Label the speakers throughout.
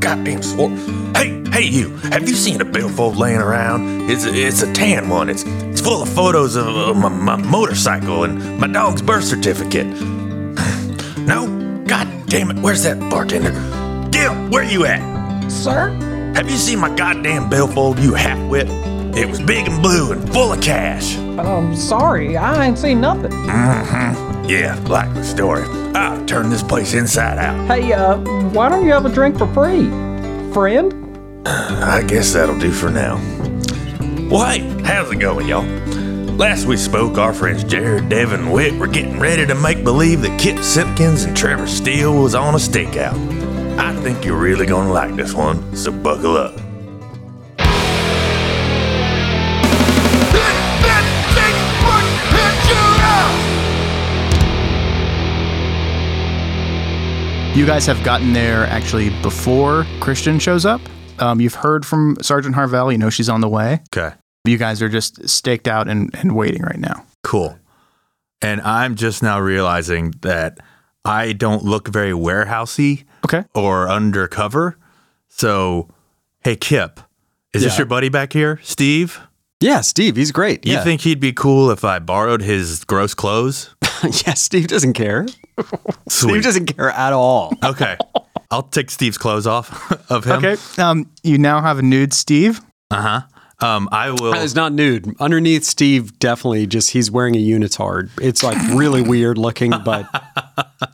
Speaker 1: not being swore. Hey, hey, you! Have you seen a billfold laying around? It's a, it's a tan one. It's it's full of photos of uh, my, my motorcycle and my dog's birth certificate. no, god damn it! Where's that bartender? Gil, where you at?
Speaker 2: Sir?
Speaker 1: Have you seen my goddamn billfold, you halfwit? It was big and blue and full of cash.
Speaker 2: Um, sorry, I ain't seen nothing.
Speaker 1: Yeah, like the story. I'll turn this place inside out.
Speaker 2: Hey, uh, why don't you have a drink for free? Friend?
Speaker 1: I guess that'll do for now. Well, hey, how's it going, y'all? Last we spoke, our friends Jared, Devin, and Wick were getting ready to make believe that Kip Simpkins and Trevor Steele was on a stakeout. I think you're really gonna like this one, so buckle up.
Speaker 3: You guys have gotten there actually before Christian shows up. Um, you've heard from Sergeant Harvell. You know she's on the way.
Speaker 4: Okay.
Speaker 3: You guys are just staked out and, and waiting right now.
Speaker 4: Cool. And I'm just now realizing that I don't look very warehousey
Speaker 3: Okay.
Speaker 4: or undercover. So, hey, Kip, is
Speaker 5: Yeah.
Speaker 4: this your buddy back here, Steve?
Speaker 5: Yeah, Steve, he's great.
Speaker 4: You
Speaker 5: Yeah.
Speaker 4: think he'd be cool if I borrowed his gross clothes?
Speaker 5: yeah, Steve doesn't care. Steve
Speaker 4: Sweet.
Speaker 5: doesn't care at all.
Speaker 4: okay. I'll take Steve's clothes off of him.
Speaker 3: Okay. Um, you now have a nude Steve.
Speaker 4: Uh huh. Um, I will.
Speaker 5: It's not nude. Underneath Steve definitely just he's wearing a unitard. It's like really weird looking, but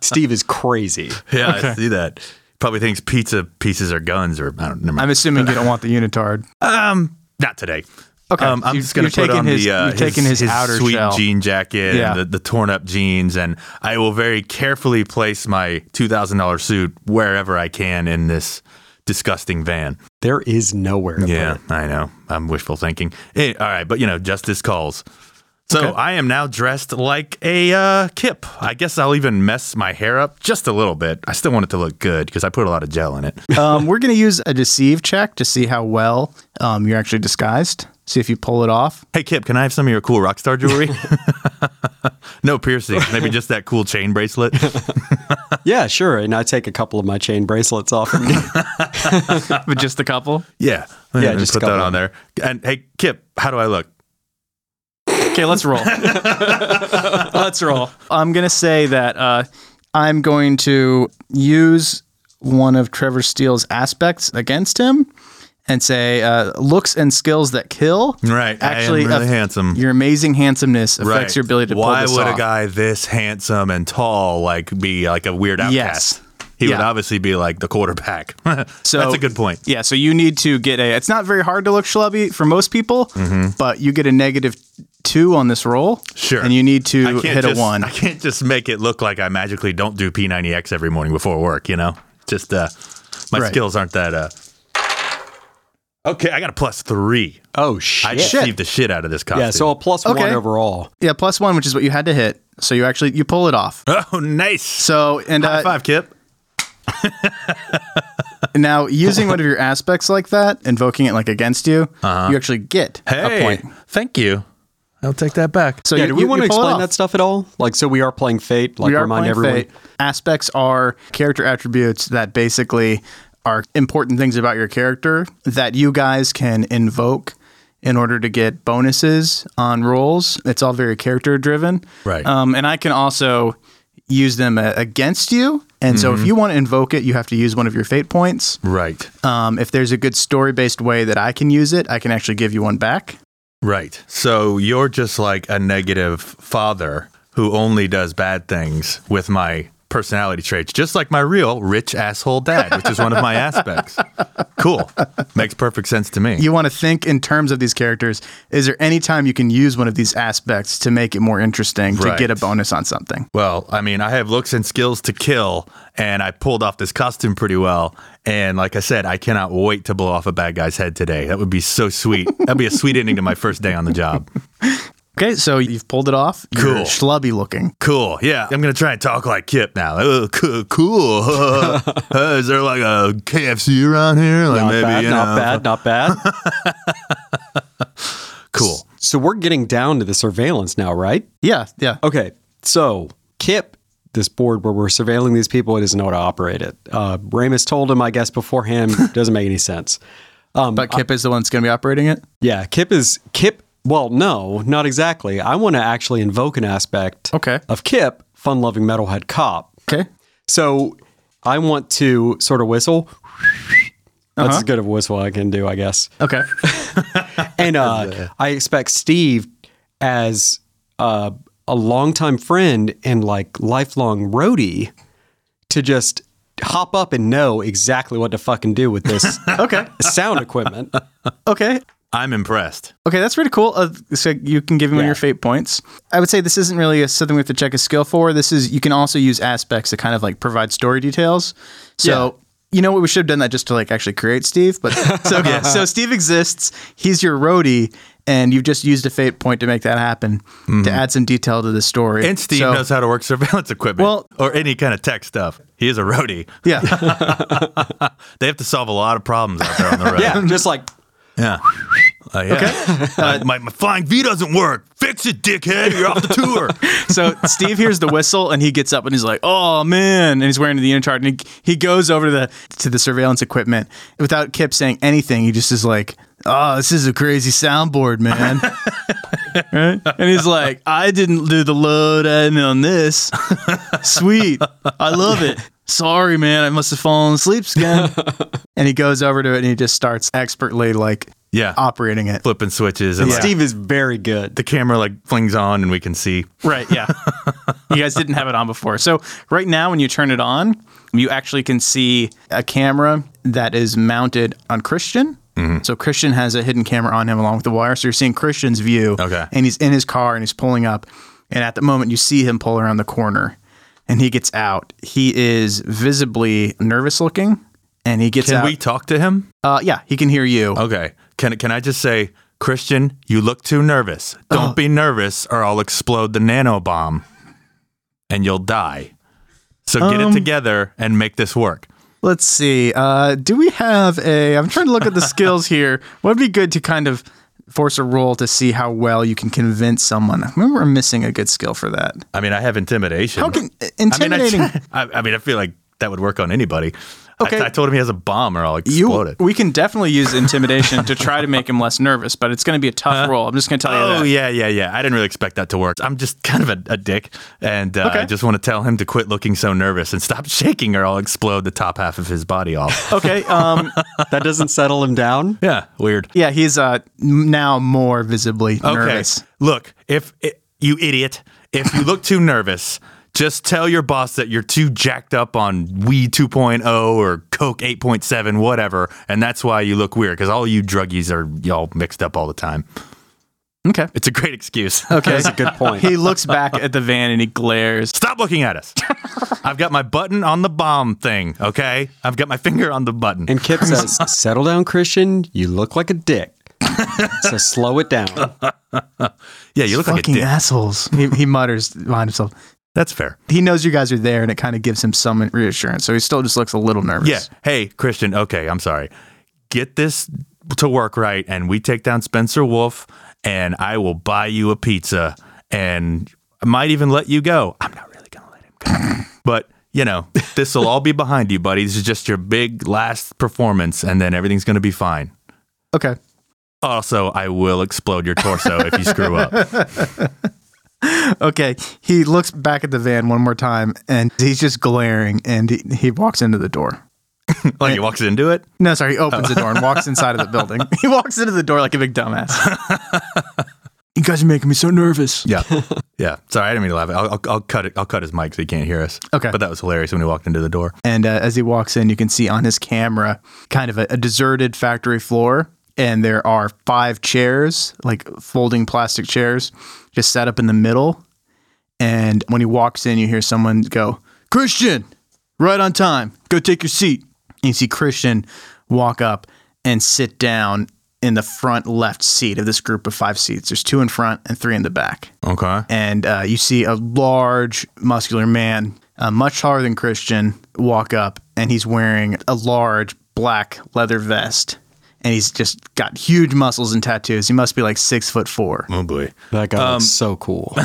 Speaker 5: Steve is crazy.
Speaker 4: yeah, I see that. Probably thinks pizza pieces are guns, or I don't. Never mind.
Speaker 3: I'm assuming you don't want the unitard.
Speaker 4: Not today.
Speaker 3: Okay.
Speaker 4: Um, I'm
Speaker 3: You-
Speaker 4: just gonna
Speaker 3: you're
Speaker 4: put
Speaker 3: taking
Speaker 4: on
Speaker 3: his-
Speaker 4: the uh,
Speaker 3: you're taking his outer
Speaker 4: sweet
Speaker 3: shell.
Speaker 4: jean jacket
Speaker 3: Yeah.
Speaker 4: and the, the torn up jeans, and I will very carefully place my two thousand dollar suit wherever I can in this disgusting van.
Speaker 5: There is nowhere to
Speaker 4: Yeah,
Speaker 5: put
Speaker 4: I know. I'm wishful thinking. Eh, all right, but you know, justice calls. So I am now dressed like a uh, kip. I guess I'll even mess my hair up just a little bit. I still want it to look good because I put a lot of gel in it.
Speaker 3: um, we're going to use a deceive check to see how well um, you're actually disguised. See if you pull it off.
Speaker 4: hey, Kip, can I have some of your cool rock star jewelry? no piercings, maybe just that cool chain bracelet.
Speaker 5: it. Yeah, sure. And I take a couple of my chain bracelets off. And
Speaker 3: But just a couple.
Speaker 4: Yeah,
Speaker 5: Yeah,
Speaker 4: just
Speaker 5: just
Speaker 4: put
Speaker 5: a
Speaker 4: that
Speaker 5: couple.
Speaker 4: on there. And hey, Kip, how do I look?
Speaker 3: Okay, let's roll. let's roll. I'm going to say that uh, I'm going to use one of Trevor Steele's aspects against him and say uh, looks and skills that kill.
Speaker 4: Right, I am really
Speaker 3: aff-
Speaker 4: handsome.
Speaker 3: Your amazing handsomeness affects
Speaker 4: Right.
Speaker 3: your ability to pull
Speaker 4: Why
Speaker 3: this
Speaker 4: would
Speaker 3: off.
Speaker 4: a guy this handsome and tall like be like a weird outcast?
Speaker 3: Yes.
Speaker 4: He would
Speaker 3: Yeah.
Speaker 4: obviously be like the quarterback.
Speaker 3: So-
Speaker 4: that's a good point.
Speaker 3: Yeah, so you need to get a. It's not very hard to look schlubby for most people, but you get a negative two on this roll.
Speaker 4: Mm-hmm. Sure.
Speaker 3: And you need to
Speaker 4: I can't
Speaker 3: hit
Speaker 4: just,
Speaker 3: a one.
Speaker 4: I can't just make it look like I magically don't do P90X every morning before work, you know? Just uh my
Speaker 3: Right.
Speaker 4: skills aren't that uh Okay, I got a plus three.
Speaker 5: oh
Speaker 4: I
Speaker 5: shit.
Speaker 4: deceived the shit out of this costume.
Speaker 5: Yeah, so a plus one
Speaker 3: Okay.
Speaker 5: overall.
Speaker 3: Yeah, plus one, which is what you had to hit. So you actually you pull it off.
Speaker 4: Oh nice.
Speaker 3: So and
Speaker 4: High
Speaker 3: uh,
Speaker 4: five, Kip.
Speaker 3: now using one of your aspects like that, invoking it like against you,
Speaker 5: Uh-huh.
Speaker 3: you actually get a point.
Speaker 4: Thank you. I'll take that back.
Speaker 3: So
Speaker 5: yeah,
Speaker 3: you,
Speaker 5: do we
Speaker 3: you-
Speaker 5: want to
Speaker 3: you pull it
Speaker 5: explain
Speaker 3: off.
Speaker 5: that stuff at all? Like, so we are playing Fate. Like,
Speaker 3: we are
Speaker 5: remind
Speaker 3: playing
Speaker 5: everyone.
Speaker 3: Fate. Aspects are character attributes that basically are important things about your character that you guys can invoke in order to get bonuses on rolls. It's all very character driven.
Speaker 4: Right.
Speaker 3: Um, and I can also use them uh, against you. And so
Speaker 5: Mm-hmm.
Speaker 3: if you want to invoke it, you have to use one of your fate points.
Speaker 4: Right.
Speaker 3: Um, if there's a good story based way that I can use it, I can actually give you one back.
Speaker 4: Right. So you're just like a negative father who only does bad things with my personality traits, just like my real rich asshole dad, which is one of my aspects. Cool. Makes perfect sense to me.
Speaker 3: You want to think in terms of these characters. Is there any time you can use one of these aspects to make it more interesting
Speaker 4: Right.
Speaker 3: to get a bonus on something?
Speaker 4: well, I mean, I have looks and skills to kill, and I pulled off this costume pretty well. And like I said, I cannot wait to blow off a bad guy's head today. That would be so sweet. That'd be a sweet ending to my first day on the job.
Speaker 3: Okay, so you've pulled it off. You're
Speaker 4: Cool.
Speaker 3: Schlubby looking.
Speaker 4: Cool. Yeah. I'm going to try and talk like Kip now. Uh, c- cool. Uh, is there like a KFC around here? Like
Speaker 5: Not
Speaker 4: maybe,
Speaker 5: bad,
Speaker 4: you
Speaker 5: not
Speaker 4: know.
Speaker 5: bad, not bad.
Speaker 4: Cool.
Speaker 3: Oh,
Speaker 5: so we're getting down to the surveillance now, right?
Speaker 3: Yeah, yeah.
Speaker 5: Okay, so Kip this board where we're surveilling these people. He doesn't know how to operate it. Uh, Ramus told him, I guess, beforehand. doesn't make any sense.
Speaker 3: but Kip is the one that's going to be operating it.
Speaker 5: Yeah, Kip is Kip. Well, no, not exactly. I want to actually invoke an aspect
Speaker 3: Okay.
Speaker 5: of Kip, fun-loving metalhead cop.
Speaker 3: Okay.
Speaker 5: So I want to sort of whistle. That's as good of a whistle I can do, I guess.
Speaker 3: Okay.
Speaker 5: And uh, I expect Steve, as uh, a longtime friend and like lifelong roadie, to just hop up and know exactly what to fucking do with this
Speaker 3: okay.
Speaker 5: sound equipment.
Speaker 3: Okay.
Speaker 4: I'm impressed.
Speaker 3: Okay, that's pretty cool. Uh, so you can give him your fate points. I would say this isn't really a, something we have to check a skill for. This is you can also use aspects to kind of like provide story details. So you know what we should have done that just to like actually create Steve. But so okay, so Steve exists. He's your roadie, and you've just used a fate point to make that happen to add some detail to the story.
Speaker 4: Mm-hmm. And Steve
Speaker 3: So-
Speaker 4: knows how to work surveillance equipment
Speaker 3: Well-
Speaker 4: or any kind of tech stuff. He is a roadie.
Speaker 3: Yeah.
Speaker 4: They have to solve a lot of problems out there on the road.
Speaker 5: Yeah, just like
Speaker 4: Yeah. Uh, yeah. Uh, my, my flying V doesn't work. Fix it, dickhead. You're off the tour.
Speaker 3: so Steve hears the whistle and he gets up and he's like, "Oh man!" And he's wearing the unitard and he, he goes over to the to the surveillance equipment without Kip saying anything. He just is like, "Oh, this is a crazy soundboard, man." right? And he's like, "I didn't do the load in on this. Sweet, I love it." Sorry, man. I must have fallen asleep again. and he goes over to it and he just starts expertly like
Speaker 4: Yeah.
Speaker 3: operating it.
Speaker 4: Flipping switches and like,
Speaker 5: Steve is very good.
Speaker 4: the camera like flings on and we can see.
Speaker 3: Right, yeah. you guys didn't have it on before. So, right now, when you turn it on, you actually can see a camera that is mounted on Christian.
Speaker 4: Mm-hmm.
Speaker 3: So, Christian has a hidden camera on him along with the wire. So, you're seeing Christian's view.
Speaker 4: Okay.
Speaker 3: And he's in his car and he's pulling up. And at the moment, you see him pull around the corner and he gets out. He is visibly nervous looking and he gets
Speaker 4: Can
Speaker 3: out.
Speaker 4: we talk to him?
Speaker 3: uh, yeah, he can hear you.
Speaker 4: Okay. Can can I just say, Christian, you look too nervous.
Speaker 3: Uh-huh.
Speaker 4: Don't be nervous or I'll explode the nanobomb and you'll die. So get
Speaker 3: Um,
Speaker 4: it together and make this work.
Speaker 3: Let's see. Uh, do we have a? I'm trying to look at the skills here. Would be good to kind of force a roll to see how well you can convince someone. I remember, we're missing a good skill for that.
Speaker 4: I mean, I have intimidation.
Speaker 3: How can
Speaker 4: I mean,
Speaker 3: intimidating?
Speaker 4: I, I, I mean, I feel like that would work on anybody. I-
Speaker 3: Okay.
Speaker 4: I, told him he has a bomb or I'll explode
Speaker 3: you, Oh,
Speaker 4: it.
Speaker 3: we can definitely use intimidation to try to make him less nervous, but it's going to be a tough roll. I'm just going to tell you
Speaker 4: Oh
Speaker 3: that.
Speaker 4: yeah, yeah, yeah. I didn't really expect that to work. I'm just kind of a, a dick, and uh,
Speaker 3: Okay.
Speaker 4: I just want to tell him to quit looking so nervous and stop shaking, or I'll explode the top half of his body off.
Speaker 3: Okay. Um,
Speaker 5: That doesn't settle him down.
Speaker 4: yeah, weird.
Speaker 3: yeah, he's uh, m- now more visibly nervous.
Speaker 4: Look, if it, you idiot, if you look too nervous, just tell your boss that you're too jacked up on weed 2.0 or coke 8.7, whatever, and that's why you look weird because all you druggies are y'all mixed up all the time.
Speaker 3: Okay.
Speaker 4: It's a great excuse.
Speaker 3: Okay.
Speaker 5: That's a good point.
Speaker 3: He looks back at the van and he glares.
Speaker 4: Stop looking at us. I've got my button on the bomb thing, okay? I've got my finger on the button.
Speaker 5: And Kip says, "Settle down, Christian. You look like a dick. so slow it down."
Speaker 4: yeah, you look like a
Speaker 3: Fucking
Speaker 4: dick.
Speaker 3: assholes. He, he mutters behind himself.
Speaker 4: That's fair.
Speaker 3: he knows you guys are there and it kind of gives him some reassurance. So he still just looks a little nervous.
Speaker 4: Yeah. Hey, Christian, okay, I'm sorry. Get this to work right, and we take down Spencer Wolf, and I will buy you a pizza, and I might even let you go. I'm not really going to let him go. but, you know, this will all be behind you, buddy. This is just your big last performance, and then everything's going to be fine.
Speaker 3: Okay.
Speaker 4: Also, I will explode your torso if you screw up.
Speaker 3: Okay. He looks back at the van one more time and he's just glaring and he, he walks into the door.
Speaker 4: Like he walks into it.
Speaker 3: No, sorry. He opens the door and walks inside of the building. He walks into the door like a big dumbass. you guys are making me so nervous.
Speaker 4: Yeah, yeah. Sorry, I didn't mean to laugh. I'll, I'll, I'll cut it. I'll cut his mic so he can't hear us.
Speaker 3: Okay.
Speaker 4: But that was hilarious when he walked into the door.
Speaker 3: And uh, as he walks in, you can see on his camera kind of a, a deserted factory floor. And there are five chairs, like folding plastic chairs, just set up in the middle. And when he walks in, you hear someone go, Christian, right on time, go take your seat. And you see Christian walk up and sit down in the front left seat of this group of five seats. There's two in front and three in the back
Speaker 4: Okay.
Speaker 3: and uh, you see a large, muscular man, uh, much taller than Christian, walk up, and he's wearing a large black leather vest. and he's just got huge muscles and tattoos. He must be like six foot four.
Speaker 4: Oh boy.
Speaker 5: That guy
Speaker 3: Um,
Speaker 5: looks so cool.
Speaker 4: All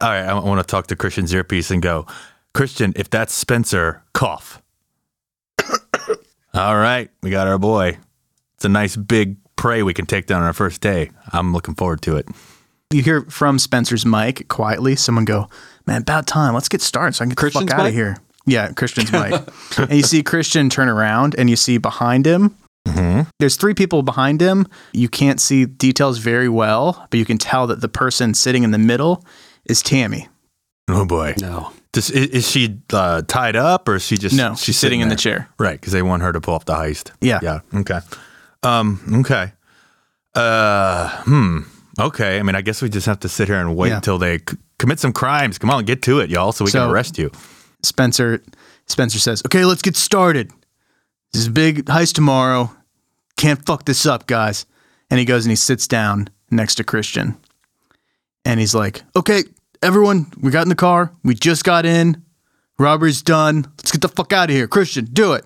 Speaker 4: right, I want to talk to Christian's earpiece and go, Christian, if that's Spencer, cough. All right, we got our boy. It's a nice big prey we can take down on our first day. I'm looking forward to it.
Speaker 3: You hear from Spencer's mic quietly someone go, Man, about time. Let's get started so I can get
Speaker 5: Christian's
Speaker 3: the fuck out
Speaker 5: mic?
Speaker 3: of here. Yeah, Christian's mic. And you see Christian turn around and you see behind him, there's three people behind him. You can't see details very well, but you can tell that the person sitting in the middle is Tammy.
Speaker 4: Oh boy.
Speaker 5: No.
Speaker 4: Does, is, is she uh, tied up or is she just
Speaker 3: No, she's sitting in the
Speaker 4: there?
Speaker 3: chair.
Speaker 4: Right, because they want her to pull off the heist.
Speaker 3: Yeah.
Speaker 4: Yeah. Okay. Um, okay. Uh, hmm. Okay. I mean, I guess we just have to sit here and wait
Speaker 3: Yeah.
Speaker 4: until they c- commit some crimes. Come on, get to it, y'all, so we
Speaker 3: So-
Speaker 4: can arrest you.
Speaker 3: Spencer Spencer says, "Okay, let's get started. This is a big heist tomorrow. Can't fuck this up, guys." And he goes and he sits down next to Christian. And he's like, "Okay, everyone, we got in the car. We just got in. Robbery's done. Let's get the fuck out of here. Christian, do it."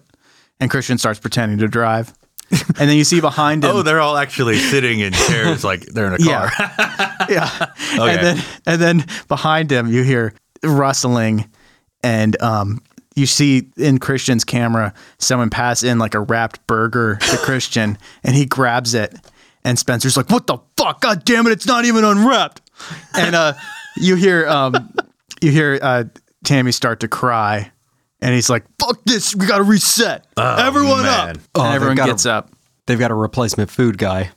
Speaker 3: And Christian starts pretending to drive. And then you see behind him
Speaker 4: Oh, they're all actually sitting in chairs like they're in a car.
Speaker 3: Yeah. yeah.
Speaker 4: Okay.
Speaker 3: And then and then behind him you hear rustling and um you see in Christian's camera someone pass in like a wrapped burger to Christian and he grabs it and Spencer's like, What the fuck? God damn it, it's not even unwrapped. And uh you hear um you hear uh Tammy start to cry and he's like, Fuck this, we gotta reset.
Speaker 4: Uh,
Speaker 3: Everyone
Speaker 4: man.
Speaker 3: up.
Speaker 5: Oh,
Speaker 3: and
Speaker 5: they've
Speaker 3: everyone
Speaker 5: got a-
Speaker 3: gets up.
Speaker 5: They've got a replacement food guy.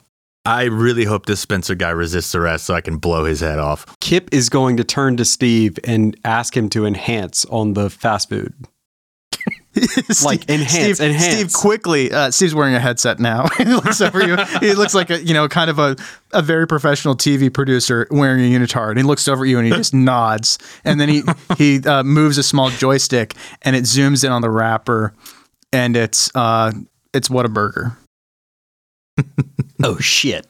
Speaker 4: I really hope this Spencer guy resists arrest so I can blow his head off.
Speaker 5: Kip is going to turn to Steve and ask him to enhance on the fast food. Like, enhance,
Speaker 3: Steve,
Speaker 5: enhance.
Speaker 3: Steve quickly. Uh, Steve's wearing a headset now. he looks over you. He looks like a you know kind of a, a very professional TV producer wearing a unitard. And he looks over at you and he just nods. And then he he uh, moves a small joystick and it zooms in on the wrapper, and it's uh it's Whataburger.
Speaker 5: Oh shit.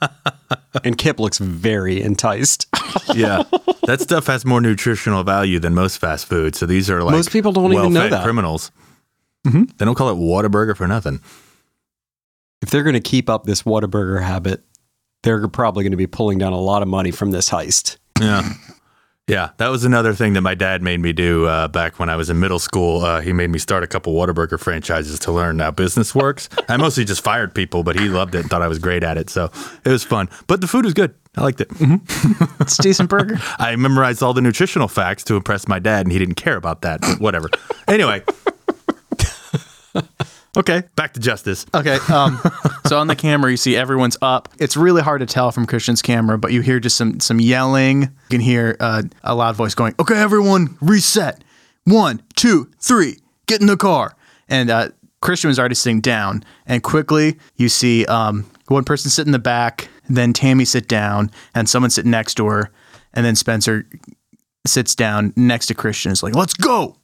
Speaker 5: and Kip looks very enticed.
Speaker 4: Yeah. that stuff has more nutritional value than most fast food. So these are like
Speaker 5: Most people don't even know
Speaker 4: well-fed
Speaker 5: that.
Speaker 4: criminals. They don't call it Whataburger for nothing.
Speaker 5: If they're going to keep up this Whataburger habit, they're probably going to be pulling down a lot of money from this heist.
Speaker 4: Yeah. Yeah, that was another thing that my dad made me do uh, back when I was in middle school. Uh, he made me start a couple Whataburger franchises to learn how business works. I mostly just fired people, but he loved it and thought I was great at it. So it was fun. But the food was good. I liked it.
Speaker 3: It's a decent burger.
Speaker 4: I memorized all the nutritional facts to impress my dad, and he didn't care about that. But whatever. anyway,
Speaker 3: Okay.
Speaker 4: back to justice.
Speaker 3: Okay. Um, so on the camera, you see everyone's up. It's really hard to tell from Christian's camera, but you hear just some some yelling. You can hear uh, a loud voice going, "Okay, everyone, reset. One, two, three. Get in the car." And uh, Christian was already sitting down, and quickly you see um, one person sit in the back, then Tammy sit down, and someone sit next to her, and then Spencer sits down next to Christian. Is like, "Let's go."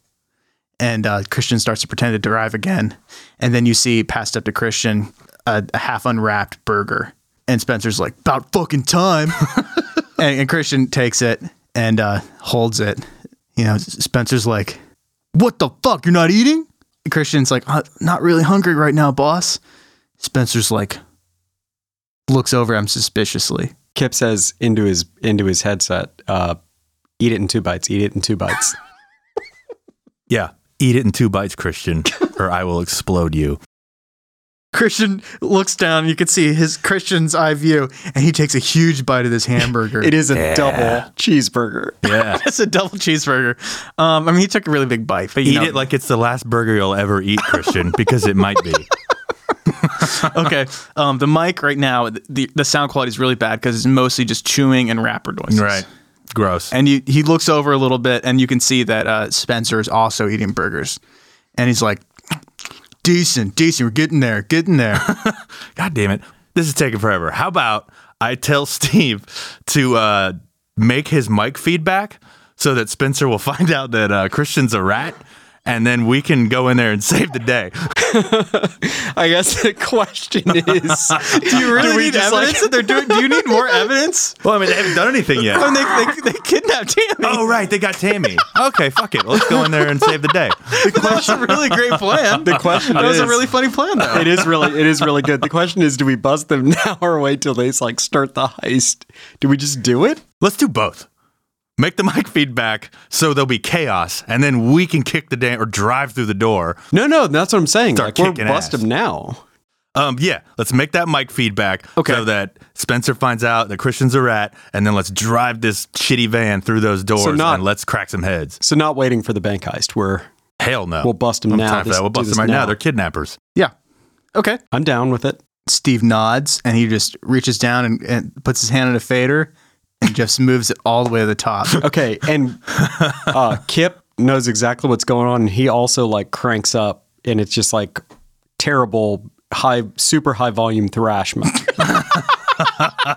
Speaker 3: and uh, Christian starts to pretend to drive again. And then you see passed up to Christian a, a half unwrapped burger. And Spencer's like, about fucking time. and, and Christian takes it and uh, holds it. You know, Spencer's like, what the fuck? You're not eating? And Christian's like, uh, not really hungry right now, boss. Spencer's like, looks over at him suspiciously.
Speaker 5: Kip says into his into his headset, uh, "Eat it in two bites. Eat it in two bites."
Speaker 4: Yeah, eat it in two bites, Christian, or I will explode you.
Speaker 3: Christian looks down. You can see his Christian's eye view, and he takes a huge bite of this hamburger.
Speaker 5: it is a double cheeseburger.
Speaker 4: Yeah.
Speaker 3: It's a double cheeseburger. Um, I mean, he took a really big bite, but you
Speaker 4: Eat
Speaker 3: know-
Speaker 4: it like it's the last burger you'll ever eat, Christian, because it might be.
Speaker 3: okay. Um, the mic right now, the the sound quality is really bad because it's mostly just chewing and rapper noises.
Speaker 4: Gross.
Speaker 3: And you, he looks over a little bit, and you can see that uh, Spencer is also eating burgers, and he's like, "Decent, decent. We're getting there, getting there."
Speaker 4: God damn it. This is taking forever. How about I tell Steve to uh, make his mic feedback so that Spencer will find out that uh, Christian's a rat and then we can go in there and save the day.
Speaker 5: I guess the question is,
Speaker 3: Do you really
Speaker 5: Do we
Speaker 3: need evidence
Speaker 5: just, like-
Speaker 3: that they're doing? Do you need more evidence?
Speaker 4: Well, I mean, they haven't done anything yet.
Speaker 3: When they, they, they kidnapped Tammy.
Speaker 4: Oh, right. They got Tammy. Okay, fuck it. Let's go in there and save the day.
Speaker 3: that was a really great plan.
Speaker 5: the question
Speaker 3: that was a
Speaker 5: is-
Speaker 3: really funny plan, though.
Speaker 5: it is really it is really good. The question is, do we bust them now or wait till they like start the heist? Do we just do it?
Speaker 4: Let's do both. Make the mic feedback so there'll be chaos, and then we can kick the damn or drive through the door.
Speaker 5: No, no, that's what I'm saying.
Speaker 4: Start
Speaker 5: like we're
Speaker 4: kicking
Speaker 5: bust
Speaker 4: ass.
Speaker 5: them now.
Speaker 4: Um, yeah, let's make that mic feedback
Speaker 5: Okay.
Speaker 4: so that Spencer finds out that Christian's a rat, and then let's drive this shitty van through those doors
Speaker 5: not-
Speaker 4: and let's crack some heads.
Speaker 5: So not waiting for the bank heist. We're
Speaker 4: Hell no.
Speaker 5: We'll bust 'em
Speaker 4: I'm
Speaker 5: now.
Speaker 4: Time for
Speaker 5: This-
Speaker 4: that. We'll
Speaker 5: do
Speaker 4: bust
Speaker 5: this
Speaker 4: them right now.
Speaker 5: now.
Speaker 4: They're kidnappers.
Speaker 3: Yeah. Okay.
Speaker 5: I'm down with it.
Speaker 3: Steve nods and he just reaches down and, and puts his hand in a fader and just moves it all the way to the top.
Speaker 5: Okay, and uh, Kip knows exactly what's going on, and he also like cranks up, and it's just like terrible high, super high volume thrash mode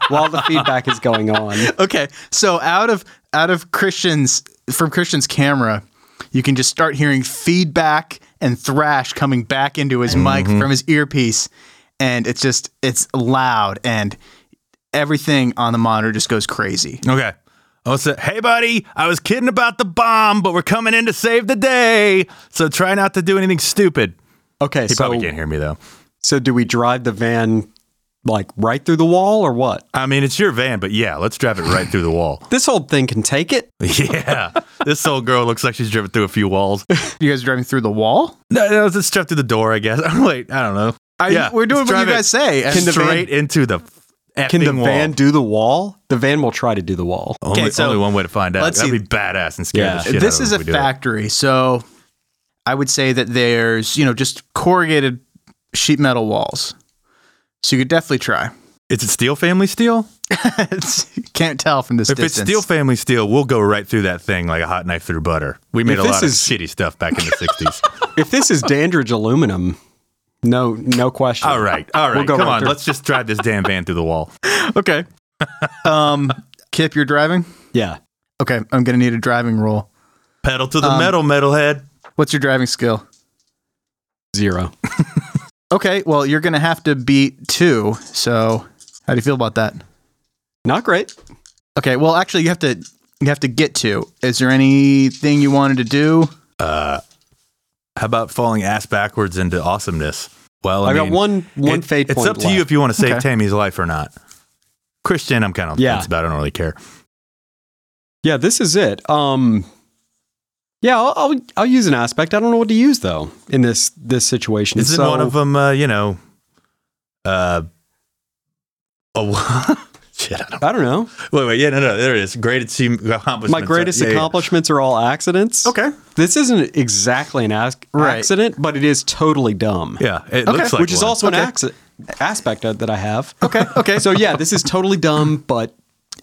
Speaker 5: while the feedback is going on.
Speaker 3: okay. So out of out of Christian's from Christian's camera, you can just start hearing feedback and thrash coming back into his mic
Speaker 4: Mm-hmm.
Speaker 3: from his earpiece. And it's just it's loud and everything on the monitor just goes crazy.
Speaker 4: Okay. I'll say, hey, buddy, I was kidding about the bomb, but we're coming in to save the day. So try not to do anything stupid.
Speaker 5: Okay,
Speaker 4: He probably
Speaker 5: so
Speaker 4: can't hear me, though.
Speaker 5: so do we drive the van like right through the wall or what?
Speaker 4: I mean, it's your van, but yeah, let's drive it right through the wall.
Speaker 5: This old thing can take it.
Speaker 4: Yeah. this old girl looks like she's driven through a few walls.
Speaker 3: You guys are driving through the wall?
Speaker 4: No, no, let's just drive through the door, I guess. Wait, I don't know.
Speaker 3: Are you- we're doing
Speaker 4: let's
Speaker 3: what you
Speaker 4: drive it
Speaker 3: guys say, and
Speaker 5: the van-
Speaker 4: straight into the effing
Speaker 5: Can the
Speaker 4: wall.
Speaker 5: van do the wall? The van will try to do the wall.
Speaker 4: only,
Speaker 3: Okay, so
Speaker 4: only one way to find out.
Speaker 3: let's
Speaker 4: That'd
Speaker 3: see.
Speaker 4: be badass and scary.
Speaker 5: Yeah.
Speaker 4: The shit
Speaker 3: this
Speaker 4: out of us
Speaker 3: is a
Speaker 4: if we do it.
Speaker 3: factory, so I would say that there's you know just corrugated sheet metal walls, so you could definitely try.
Speaker 4: Is it steel family steel?
Speaker 3: It's- Can't tell from this
Speaker 4: If
Speaker 3: distance.
Speaker 4: it's steel family steel, we'll go right through that thing like a hot knife through butter. We made
Speaker 5: If
Speaker 4: a
Speaker 5: this
Speaker 4: lot
Speaker 5: is-
Speaker 4: of shitty stuff back in the sixties.
Speaker 5: If this is Dandridge aluminum, no, no question.
Speaker 4: all right, all right,
Speaker 5: We'll go
Speaker 4: come
Speaker 5: right
Speaker 4: on,
Speaker 5: through.
Speaker 4: let's just drive this damn van through the wall.
Speaker 3: okay. um, Kip, you're driving.
Speaker 5: Yeah.
Speaker 3: Okay, I'm gonna need a driving roll.
Speaker 4: Pedal to the metal, metalhead.
Speaker 3: What's your driving skill?
Speaker 5: Zero.
Speaker 3: Okay, well you're gonna have to beat two. So how do you feel about that?
Speaker 5: Not great.
Speaker 3: Okay, well actually you have to you have to get to. Is there anything you wanted to do?
Speaker 4: How about falling ass backwards into awesomeness? Well, I,
Speaker 5: I, got
Speaker 4: mean,
Speaker 5: one one
Speaker 4: it-
Speaker 5: fate
Speaker 4: It's
Speaker 5: point.
Speaker 4: up to you if you want to save
Speaker 3: Okay.
Speaker 4: Tammy's life or not. Christian, I'm kind of
Speaker 5: Yeah.
Speaker 4: yeah. about. it. I don't really care.
Speaker 5: yeah, this is it. Um, yeah, I'll, I'll I'll use an aspect. I don't know what to use though in this this situation.
Speaker 4: Isn't
Speaker 5: So-
Speaker 4: one of them, uh, you know, uh, oh shit? I don't.
Speaker 5: I don't know.
Speaker 4: Wait, wait, yeah, no, no, there it is. Great achievement.
Speaker 5: My greatest
Speaker 4: Yeah, yeah, yeah.
Speaker 5: accomplishments are all accidents.
Speaker 3: Okay.
Speaker 5: This isn't exactly an ac-
Speaker 3: Right.
Speaker 5: accident, but it is totally dumb.
Speaker 4: Yeah, it
Speaker 3: Okay.
Speaker 4: looks like
Speaker 5: which is
Speaker 4: one.
Speaker 5: also an
Speaker 3: Okay.
Speaker 5: accident aspect that that I have.
Speaker 3: Okay, okay.
Speaker 5: So yeah, this is totally dumb, but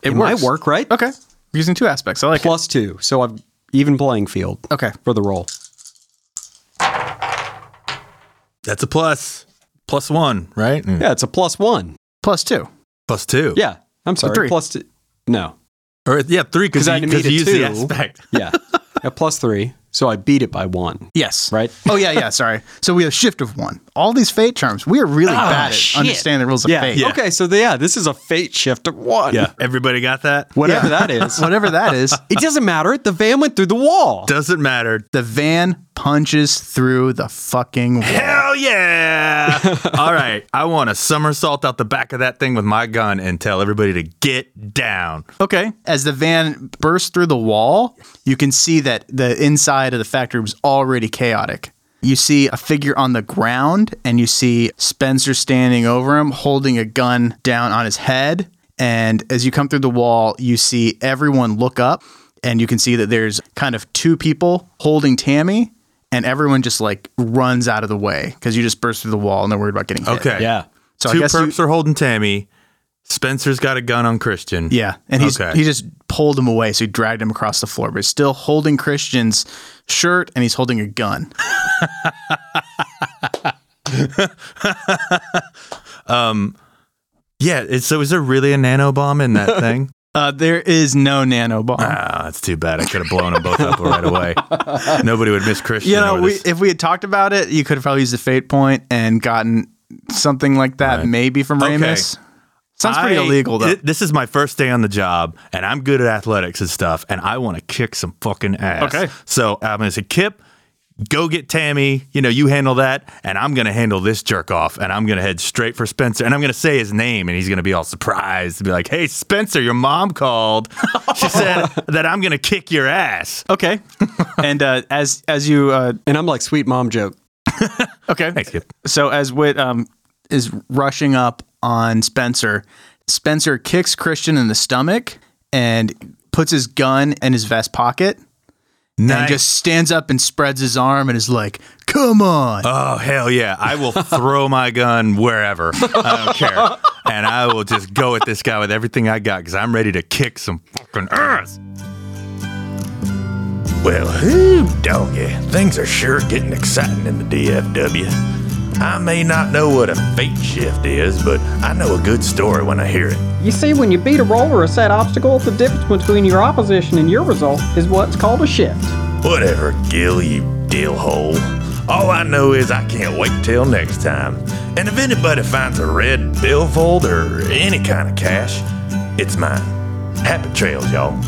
Speaker 5: it,
Speaker 3: works.
Speaker 5: might work, right?
Speaker 3: Okay. Using two aspects. I like
Speaker 5: Plus two, so I've even playing field
Speaker 3: it. Okay.
Speaker 5: for the roll.
Speaker 4: That's a plus. Plus one, right? Mm.
Speaker 5: Yeah, it's a plus one.
Speaker 3: Plus two.
Speaker 4: Plus two.
Speaker 5: Yeah, I'm sorry.
Speaker 3: three.
Speaker 5: Plus two. No.
Speaker 4: Or yeah, three because
Speaker 5: 'Cause I
Speaker 4: you,
Speaker 5: had to
Speaker 4: 'cause
Speaker 5: meet a
Speaker 4: you use the
Speaker 5: two.
Speaker 4: aspect.
Speaker 5: Yeah. A plus three. So I beat it by one,
Speaker 3: Yes.
Speaker 5: right?
Speaker 3: Oh yeah, yeah. Sorry. So we have shift of one. All these fate charms. We are really bad at understanding the rules of
Speaker 5: Yeah.
Speaker 3: fate.
Speaker 5: Okay. So the, yeah, this is a fate shift of one.
Speaker 4: Yeah. Everybody got that?
Speaker 5: Whatever that is.
Speaker 3: Whatever that is,
Speaker 5: It doesn't matter. The van went through the wall.
Speaker 4: Doesn't matter.
Speaker 3: the van punches through the fucking wall.
Speaker 4: Hell yeah! All right, I want to somersault out the back of that thing with my gun and tell everybody to get down.
Speaker 3: Okay. As the van bursts through the wall, you can see that the inside of the factory was already chaotic. You see a figure on the ground, and you see Spencer standing over him, holding a gun down on his head. And as you come through the wall, you see everyone look up, and you can see that there's kind of two people holding Tammy, and everyone just like runs out of the way because you just burst through the wall and they're worried about getting hit.
Speaker 4: Okay.
Speaker 5: Yeah.
Speaker 3: So I
Speaker 4: Two
Speaker 3: guess you-
Speaker 4: perps are holding Tammy. Spencer's got a gun on Christian.
Speaker 3: Yeah, and he's
Speaker 4: Okay.
Speaker 3: he just pulled him away, so he dragged him across the floor, but he's still holding Christian's shirt and he's holding a gun.
Speaker 4: Yeah. It's, so is there really a nano bomb in that thing?
Speaker 3: Uh, there is no nano bomb.
Speaker 4: Ah, that's too bad. I could have blown them both up right away. Nobody would miss Christian.
Speaker 3: you know,
Speaker 4: or
Speaker 3: we,
Speaker 4: this-
Speaker 3: if we had talked about it, you could have probably used the fate point and gotten something like that, maybe from
Speaker 4: Okay.
Speaker 3: Ramus. Sounds pretty
Speaker 4: I-
Speaker 3: illegal though.
Speaker 4: thi- this is my first day on the job, and I'm good at athletics and stuff, and I want to kick some fucking ass.
Speaker 3: Okay.
Speaker 4: So I'm gonna say, Kip, go get Tammy. You know, you handle that, and I'm gonna handle this jerk off, and I'm gonna head straight for Spencer, and I'm gonna say his name, and he's gonna be all surprised to be like, "Hey, Spencer, your mom called. She said that I'm gonna kick your ass."
Speaker 3: okay. and uh, as as you uh,
Speaker 5: And I'm like, sweet mom joke.
Speaker 3: okay,
Speaker 4: Thanks, Kip.
Speaker 3: so as Wit um, is rushing up on Spencer, Spencer kicks Christian in the stomach and puts his gun in his vest pocket and
Speaker 4: Nice.
Speaker 3: just stands up and spreads his arm and is like, "Come on!"
Speaker 4: Oh hell yeah! I will throw my gun wherever. I don't care, and I will just go at this guy with everything I got because I'm ready to kick some fucking ass.
Speaker 1: Well, whoo, doggy, things are sure getting exciting in the DFW. I may not know what a fate shift is, but I know a good story when I hear it.
Speaker 2: You see, when you beat a roll or a set obstacle, the difference between your opposition and your result is what's called a shift.
Speaker 1: Whatever, Gil, you dill hole. All I know is I can't wait till next time. And if anybody finds a red billfold or any kind of cash, it's mine. Happy trails, y'all.